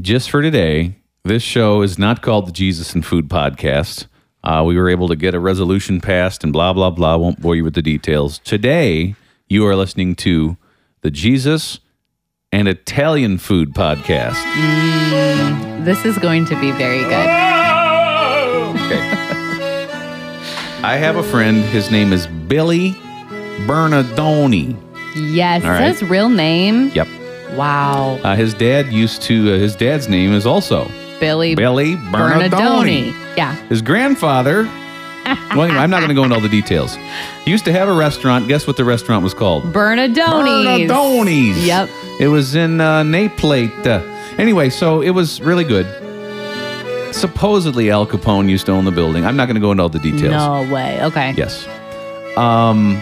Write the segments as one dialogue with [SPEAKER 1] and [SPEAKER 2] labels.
[SPEAKER 1] just for today, this show is not called the Jesus and Food Podcast. Uh, we were able to get a resolution passed and blah, blah, blah. Won't bore you with the details. Today, you are listening to the Jesus and Italian Food Podcast.
[SPEAKER 2] This is going to be very good.
[SPEAKER 1] I have a friend. His name is Billy Bernardoni.
[SPEAKER 2] Yes,
[SPEAKER 1] All
[SPEAKER 2] is that
[SPEAKER 1] right.
[SPEAKER 2] his real name?
[SPEAKER 1] Yep.
[SPEAKER 2] Wow.
[SPEAKER 1] Uh, his dad used to, uh, his dad's name is also
[SPEAKER 2] Billy,
[SPEAKER 1] Billy Bernardoni.
[SPEAKER 2] Bernardoni. Yeah.
[SPEAKER 1] His grandfather, well, anyway, I'm not going to go into all the details. He used to have a restaurant. Guess what the restaurant was called?
[SPEAKER 2] Bernardoni's.
[SPEAKER 1] Bernardoni's.
[SPEAKER 2] Yep.
[SPEAKER 1] It was in uh, Naples. Uh, anyway, so it was really good. Supposedly Al Capone used to own the building. I'm not going to go into all the details.
[SPEAKER 2] No way. Okay.
[SPEAKER 1] Yes. Um,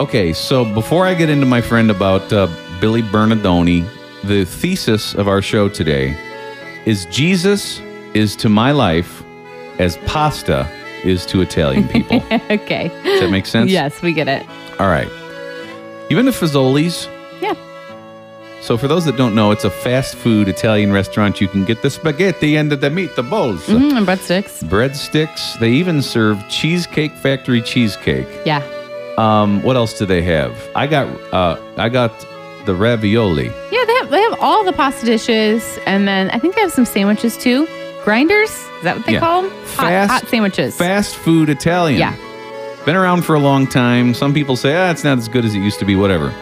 [SPEAKER 1] okay, so before I get into my friend about uh, Billy Bernardoni, the thesis of our show today is Jesus is to my life as pasta is to Italian people. Does
[SPEAKER 2] Okay.
[SPEAKER 1] that make sense?
[SPEAKER 2] Yes, we get it.
[SPEAKER 1] All right. You been to Fazoli's?
[SPEAKER 2] Yeah.
[SPEAKER 1] So for those that don't know, it's a fast food Italian restaurant. You can get the spaghetti and the meatballs,
[SPEAKER 2] Mm, and breadsticks.
[SPEAKER 1] breadsticks. They even serve Cheesecake Factory cheesecake.
[SPEAKER 2] Yeah.
[SPEAKER 1] Um, what else do they have? I got uh, I got the ravioli.
[SPEAKER 2] Yeah, they have, they have all the pasta dishes. And then I think they have some sandwiches too. Grinders? Is that what they
[SPEAKER 1] Yeah.
[SPEAKER 2] call them? Hot,
[SPEAKER 1] Fast-
[SPEAKER 2] hot sandwiches.
[SPEAKER 1] Fast food Italian.
[SPEAKER 2] Yeah.
[SPEAKER 1] Been around for a long time. Some people say, ah, it's not as good as it used to be, whatever.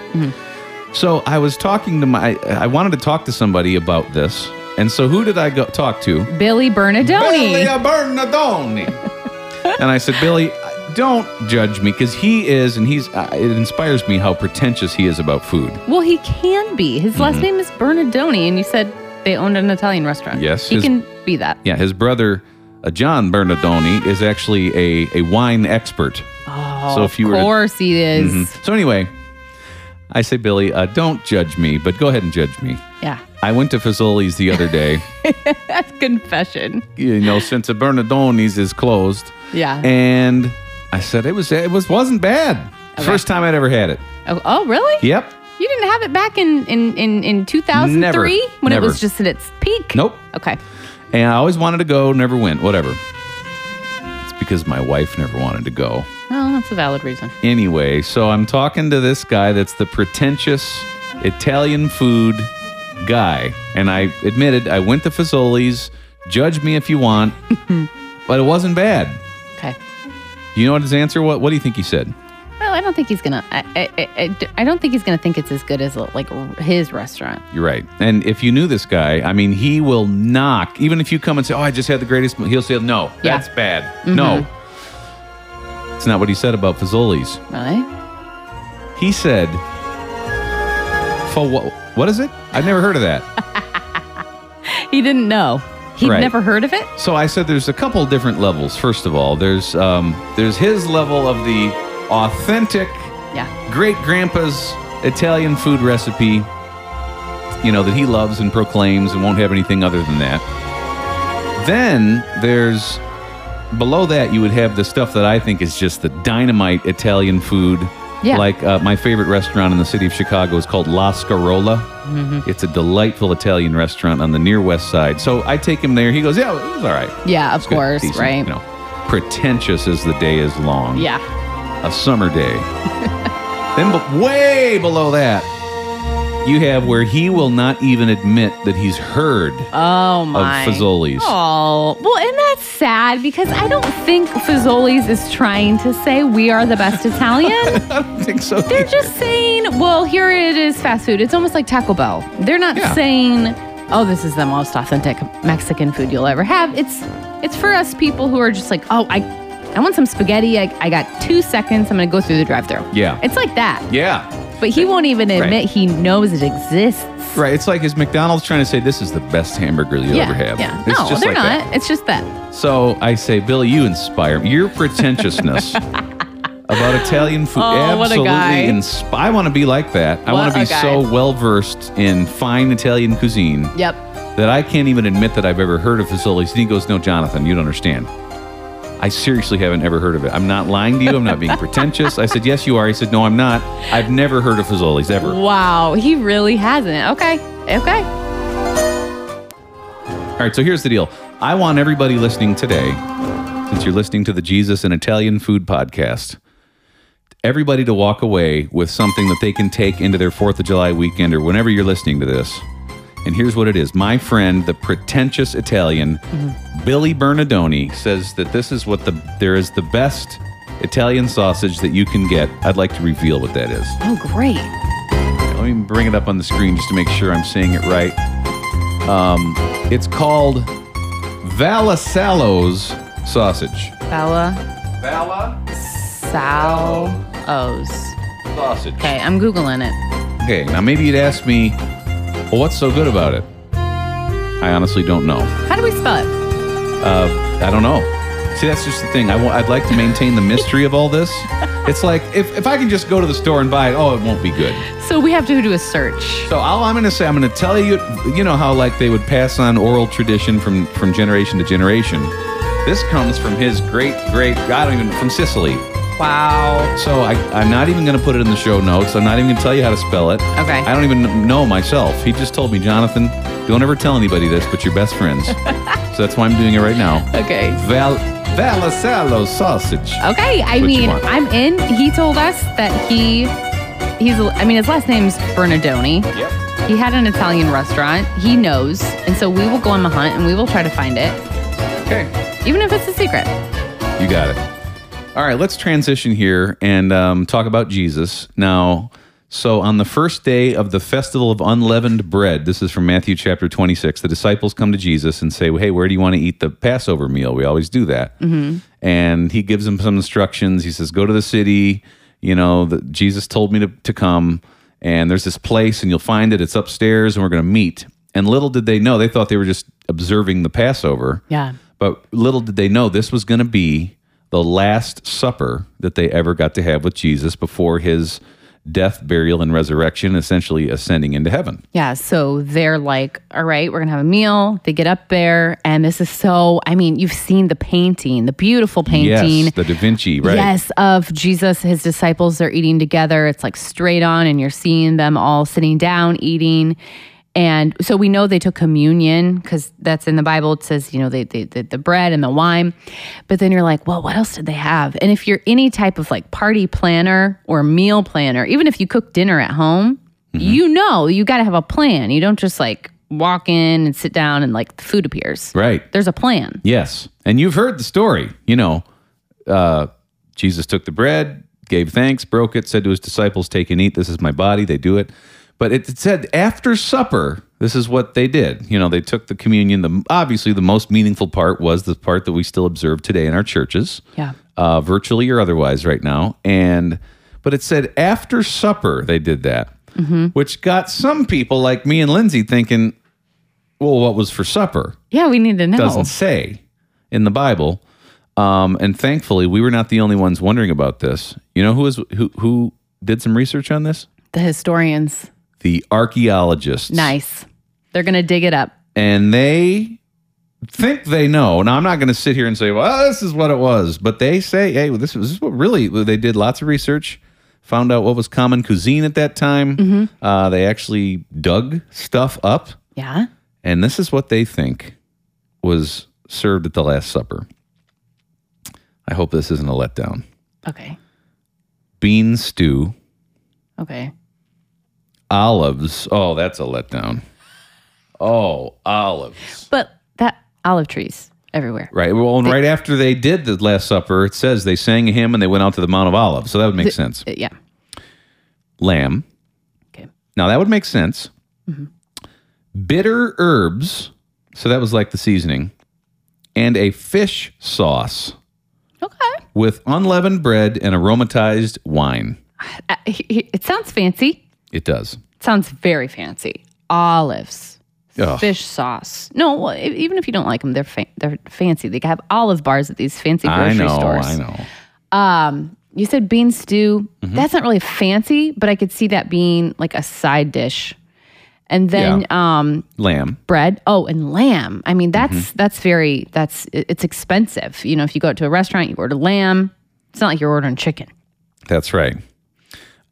[SPEAKER 1] So I was talking to my, I wanted to talk to somebody about this. And so who did I go, talk to?
[SPEAKER 2] Billy
[SPEAKER 1] Billy
[SPEAKER 2] Bernardoni.
[SPEAKER 1] Bernardoni. and I said, Billy, don't judge me because he is, and he's, uh, it inspires me how pretentious he is about food.
[SPEAKER 2] Well, he can be. His last
[SPEAKER 1] Mm-hmm.
[SPEAKER 2] name is Bernardoni. And you said they owned an Italian restaurant.
[SPEAKER 1] Yes,
[SPEAKER 2] He
[SPEAKER 1] his-
[SPEAKER 2] can be that.
[SPEAKER 1] Yeah, his brother, uh, John Bernardoni, is actually a, a wine expert.
[SPEAKER 2] Oh,
[SPEAKER 1] So if you
[SPEAKER 2] of
[SPEAKER 1] were to- Hmm. Mm-hmm.
[SPEAKER 2] course he is.
[SPEAKER 1] So, anyway, I say, Billy, uh, don't judge me, but go ahead and judge me.
[SPEAKER 2] Yeah.
[SPEAKER 1] I went to Fazoli's the other day.
[SPEAKER 2] That's confession.
[SPEAKER 1] you know, since the Bernardoni's is closed.
[SPEAKER 2] Yeah.
[SPEAKER 1] And I said, it, was, it was, wasn't bad.
[SPEAKER 2] Okay.
[SPEAKER 1] First time I'd ever had it.
[SPEAKER 2] oh, oh, really?
[SPEAKER 1] Yep.
[SPEAKER 2] You didn't have it back in in in, in 2003
[SPEAKER 1] Never.
[SPEAKER 2] when
[SPEAKER 1] Never.
[SPEAKER 2] it was just at its peak?
[SPEAKER 1] Nope.
[SPEAKER 2] Okay.
[SPEAKER 1] And I always wanted to go, never went, whatever. It's because my wife never wanted to go.
[SPEAKER 2] Well, that's a valid reason.
[SPEAKER 1] Anyway, so I'm talking to this guy that's the pretentious Italian food guy. And I admitted I went to Fazoli's. Judge me if you want, but it wasn't bad.
[SPEAKER 2] Okay.
[SPEAKER 1] You know what his answer was? What do you think he said?
[SPEAKER 2] Well, I don't think he's gonna. I, I, I- I, I don't think he's gonna think it's as good as like his restaurant.
[SPEAKER 1] You're right. And if you knew this guy, I mean, he will knock. Even if you come and say, "Oh, I just had the greatest," meal," he'll say, "No,
[SPEAKER 2] Yeah.
[SPEAKER 1] that's bad. No." It's not what he said about Fazoli's.
[SPEAKER 2] Really?
[SPEAKER 1] He said, "For what? What is it? I've never heard of that."
[SPEAKER 2] He didn't know. He'd
[SPEAKER 1] Right.
[SPEAKER 2] never heard of it.
[SPEAKER 1] So I said there's a couple different levels. First of all, there's um, there's his level of the authentic
[SPEAKER 2] Yeah.
[SPEAKER 1] great grandpa's Italian food recipe, you know, that he loves and proclaims and won't have anything other than that. Then there's below that you would have the stuff that I think is just the dynamite Italian food.
[SPEAKER 2] Yeah.
[SPEAKER 1] Like uh, my favorite restaurant in the city of Chicago is called La Scarola. It's a delightful Italian restaurant on the near west side. So I take him there. He goes, "Yeah, it was all right."
[SPEAKER 2] Yeah. Of
[SPEAKER 1] Good,
[SPEAKER 2] course.
[SPEAKER 1] decent,
[SPEAKER 2] right.
[SPEAKER 1] You know, pretentious as the day is long
[SPEAKER 2] Yeah.
[SPEAKER 1] a summer day. then, be- way below that, you have where he will not even admit that he's heard
[SPEAKER 2] Oh
[SPEAKER 1] of
[SPEAKER 2] my.
[SPEAKER 1] Fazoli's.
[SPEAKER 2] Oh, well, and that's sad because I don't think Fazoli's is trying to say we are the best Italian.
[SPEAKER 1] I don't think so.
[SPEAKER 2] They're just saying, well, here it is fast food. It's almost like Taco Bell. They're not
[SPEAKER 1] Yeah.
[SPEAKER 2] saying, oh, this is the most authentic Mexican food you'll ever have. It's it's for us people who are just like, oh, I I want some spaghetti. I, I got two seconds. I'm going to go through the drive through.
[SPEAKER 1] Yeah.
[SPEAKER 2] It's like that.
[SPEAKER 1] yeah.
[SPEAKER 2] But he won't even
[SPEAKER 1] Right.
[SPEAKER 2] admit he knows it exists.
[SPEAKER 1] Right. It's like is McDonald's trying to say this is the best hamburger you'll
[SPEAKER 2] yeah.
[SPEAKER 1] ever have.
[SPEAKER 2] Yeah.
[SPEAKER 1] It's
[SPEAKER 2] no,
[SPEAKER 1] just
[SPEAKER 2] they're
[SPEAKER 1] like
[SPEAKER 2] not.
[SPEAKER 1] that.
[SPEAKER 2] It's just that.
[SPEAKER 1] So I say, Billy, you inspire me. Your pretentiousness about Italian food
[SPEAKER 2] Oh, what a
[SPEAKER 1] absolutely
[SPEAKER 2] guy.
[SPEAKER 1] insp- I want to be like that. I
[SPEAKER 2] What
[SPEAKER 1] want
[SPEAKER 2] a
[SPEAKER 1] to be
[SPEAKER 2] guy.
[SPEAKER 1] so well versed in fine Italian cuisine.
[SPEAKER 2] Yep.
[SPEAKER 1] that I can't even admit that I've ever heard of Fazoli's. And he goes, No, Jonathan, you don't understand. I seriously haven't ever heard of it. I'm not lying to you. I'm not being pretentious. I said, Yes, you are. He said, No, I'm not. I've never heard of Fazoli's ever.
[SPEAKER 2] Wow, he really hasn't. Okay, okay.
[SPEAKER 1] All right, so here's the deal. I want everybody listening today, since you're listening to the Jesus and Italian Food podcast, everybody to walk away with something that they can take into their 4th of July weekend or whenever you're listening to this. And here's what it is. My friend, the pretentious Italian, Billy Bernardoni, says that this is what the there is the best Italian sausage that you can get. I'd like to reveal what that is.
[SPEAKER 2] Oh, great.
[SPEAKER 1] Let me bring it up on the screen just to make sure I'm saying it right. Um, it's called Vallisalo's sausage.
[SPEAKER 2] Bella
[SPEAKER 1] Valla
[SPEAKER 2] Sal O's.
[SPEAKER 1] sausage.
[SPEAKER 2] Okay, I'm Googling it.
[SPEAKER 1] Okay, now maybe you'd ask me, well, what's so good about it? I honestly don't know.
[SPEAKER 2] How do we spell it?
[SPEAKER 1] Uh, I don't know. See, that's just the thing. I w- I'd like to maintain the mystery of all this. It's like if, if I can just go to the store and buy it, oh, it won't be good.
[SPEAKER 2] So we have to do a search.
[SPEAKER 1] So all I'm going to say, I'm going to tell you, you know how like they would pass on oral tradition from from generation to generation. This comes from his great great I don't even from Sicily.
[SPEAKER 2] Wow.
[SPEAKER 1] So I, I'm not even going to put it in the show notes. I'm not even going to tell you how to spell it.
[SPEAKER 2] Okay.
[SPEAKER 1] I don't even know myself. He just told me, Jonathan, don't ever tell anybody this, but you're best friends. so that's why I'm doing it right now.
[SPEAKER 2] Okay.
[SPEAKER 1] Val Vallicello sausage.
[SPEAKER 2] Okay,
[SPEAKER 1] What
[SPEAKER 2] I
[SPEAKER 1] you
[SPEAKER 2] mean,
[SPEAKER 1] want.
[SPEAKER 2] I'm in. He told us that he, he's, a- I mean, his last name's Bernardoni.
[SPEAKER 1] Yep.
[SPEAKER 2] He had an Italian restaurant. He knows. And so we will go on the hunt and we will try to find it,
[SPEAKER 1] Okay.
[SPEAKER 2] even if it's a secret.
[SPEAKER 1] You got it. All right, let's transition here and um, talk about Jesus. Now, so on the first day of the festival of unleavened bread, this is from Matthew chapter 26, the disciples come to Jesus and say, Hey, where do you want to eat the Passover meal? We always do that. And he gives them some instructions. He says, Go to the city. You know, the, Jesus told me to, to come, and there's this place, and you'll find it. It's upstairs, and we're going to meet. And little did they know, they thought they were just observing the Passover.
[SPEAKER 2] Yeah.
[SPEAKER 1] But little did they know this was going to be the last supper that they ever got to have with Jesus before his death, burial, and resurrection, essentially ascending into heaven.
[SPEAKER 2] Yeah. So they're like, all right, we're going to have a meal. They get up there. And this is so, I mean, you've seen the painting, the beautiful painting.
[SPEAKER 1] Yes, the Da Vinci, right?
[SPEAKER 2] Yes, of Jesus, his disciples, they're eating together. It's like straight on, and you're seeing them all sitting down eating. And so we know they took communion because that's in the Bible. It says, you know, they, they, the, the bread and the wine. But then you're like, well, what else did they have? And if you're any type of like party planner or meal planner, even if you cook dinner at home,
[SPEAKER 1] Mm-hmm.
[SPEAKER 2] you know you got to have a plan. You don't just like walk in and sit down and like the food appears.
[SPEAKER 1] Right.
[SPEAKER 2] There's a plan.
[SPEAKER 1] Yes. And you've heard the story. You know, uh, Jesus took the bread, gave thanks, broke it, said to his disciples, Take and eat. This is my body. They do it. But it, it said after supper, this is what they did. You know, they took the communion. The, obviously, the most meaningful part was the part that we still observe today in our churches.
[SPEAKER 2] Yeah.
[SPEAKER 1] uh, virtually or otherwise right now. And but it said after supper they did that, which got some people like me and Lindsay thinking, well, what was for supper?
[SPEAKER 2] Yeah, we need to know.
[SPEAKER 1] Doesn't say in the Bible. Um, and thankfully, we were not the only ones wondering about this. You know who is who who did some research on this?
[SPEAKER 2] The historians.
[SPEAKER 1] The archaeologists.
[SPEAKER 2] Nice. They're going to dig it up.
[SPEAKER 1] and they think they know. Now, I'm not going to sit here and say, well, this is what it was, but they say, hey, well, this was this is what really they did lots of research, found out what was common cuisine at that time. Uh, they actually dug stuff up,
[SPEAKER 2] Yeah.
[SPEAKER 1] and this is what they think was served at the Last Supper. I hope this isn't a letdown.
[SPEAKER 2] Okay.
[SPEAKER 1] Bean stew,
[SPEAKER 2] Okay.
[SPEAKER 1] olives. Oh, that's a letdown. Oh, olives.
[SPEAKER 2] But that olive trees everywhere.
[SPEAKER 1] Right. Well, and right after they did the Last Supper, it says they sang a hymn and they went out to the Mount of Olives. So that would make sense.
[SPEAKER 2] Uh, Yeah.
[SPEAKER 1] Lamb.
[SPEAKER 2] Okay.
[SPEAKER 1] Now that would make sense. Bitter herbs. So that was like the seasoning. And a fish sauce
[SPEAKER 2] Okay.
[SPEAKER 1] with unleavened bread and aromatized wine.
[SPEAKER 2] Uh, he- he- It sounds fancy.
[SPEAKER 1] It does.
[SPEAKER 2] It sounds very fancy. Olives,
[SPEAKER 1] Ugh.
[SPEAKER 2] fish sauce. No, well, e- even if you don't like them, they're fa- they're fancy. They have olive bars at these fancy grocery
[SPEAKER 1] I know.
[SPEAKER 2] stores.
[SPEAKER 1] I know.
[SPEAKER 2] Um, you said bean stew. That's not really fancy, but I could see that being like a side dish. And then um,
[SPEAKER 1] Lamb.
[SPEAKER 2] bread. Oh, and lamb. I mean, that's that's very that's it- it's expensive. You know, if you go out to a restaurant, you order lamb. It's not like you're ordering chicken.
[SPEAKER 1] That's right.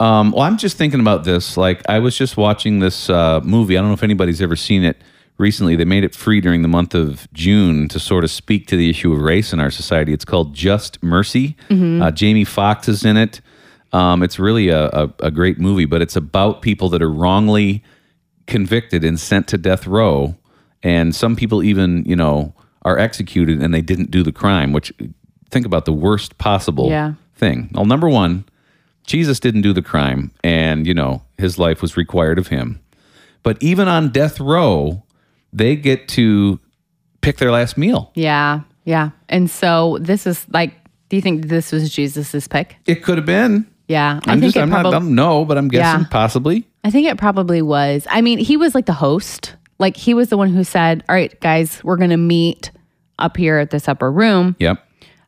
[SPEAKER 1] Um, well, I'm just thinking about this. Like, I was just watching this uh, movie. I don't know if anybody's ever seen it recently they made it free during the month of June to sort of speak to the issue of race in our society. It's called Just Mercy. Uh, Jamie Foxx is in it. Um, it's really a, a, a great movie, but it's about people that are wrongly convicted and sent to death row, and some people even you know are executed and they didn't do the crime. Which think about the worst possible
[SPEAKER 2] Yeah.
[SPEAKER 1] thing. Well, number one, Jesus didn't do the crime, and you know his life was required of him. But even on death row, they get to pick their last meal.
[SPEAKER 2] Yeah. Yeah. And so this is like, do you think this was Jesus's pick?
[SPEAKER 1] It could have been.
[SPEAKER 2] Yeah.
[SPEAKER 1] I'm
[SPEAKER 2] think
[SPEAKER 1] just. I'm
[SPEAKER 2] probab-
[SPEAKER 1] not. I'm no, but I'm guessing
[SPEAKER 2] Yeah.
[SPEAKER 1] possibly.
[SPEAKER 2] I think it probably was. I mean, he was like the host. Like he was the one who said, "All right, guys, we're going to meet up here at this upper room.
[SPEAKER 1] Yep.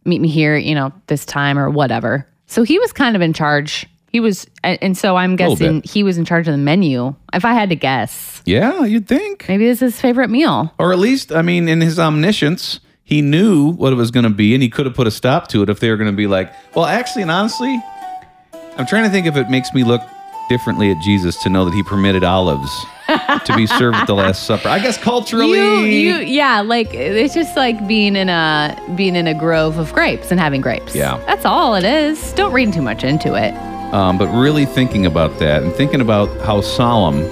[SPEAKER 2] Meet me here, you know, this time or whatever." So he was kind of in charge. He was a- and so I'm
[SPEAKER 1] Little
[SPEAKER 2] guessing he was in charge of the menu. If I had to guess,
[SPEAKER 1] Yeah, you'd think.
[SPEAKER 2] maybe this is his favorite meal.
[SPEAKER 1] Or at least, I mean, in his omniscience, he knew what it was going to be, and he could have put a stop to it if they were going to be like, well, actually, and honestly, I'm trying to think if it makes me look differently at Jesus to know that he permitted olives to be served at the Last Supper. I guess culturally,
[SPEAKER 2] You, you yeah, like it's just like being in a being in a grove of grapes and having grapes.
[SPEAKER 1] Yeah.
[SPEAKER 2] That's all it is. Don't read too much into it.
[SPEAKER 1] um, but really thinking about that and thinking about how solemn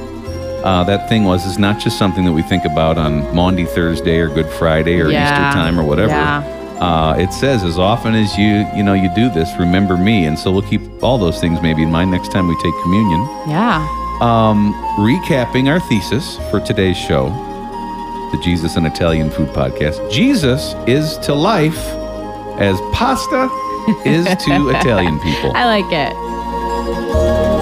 [SPEAKER 1] uh, that thing was is not just something that we think about on Maundy Thursday or Good Friday or
[SPEAKER 2] Yeah.
[SPEAKER 1] Easter time or whatever.
[SPEAKER 2] Yeah.
[SPEAKER 1] Uh, it says, as often as you you know you do this, remember me. And so we'll keep all those things maybe in mind next time we take communion.
[SPEAKER 2] Yeah.
[SPEAKER 1] Um, recapping our thesis for today's show, the Jesus and Italian Food Podcast. Jesus is to life as pasta is to Italian people.
[SPEAKER 2] I like it.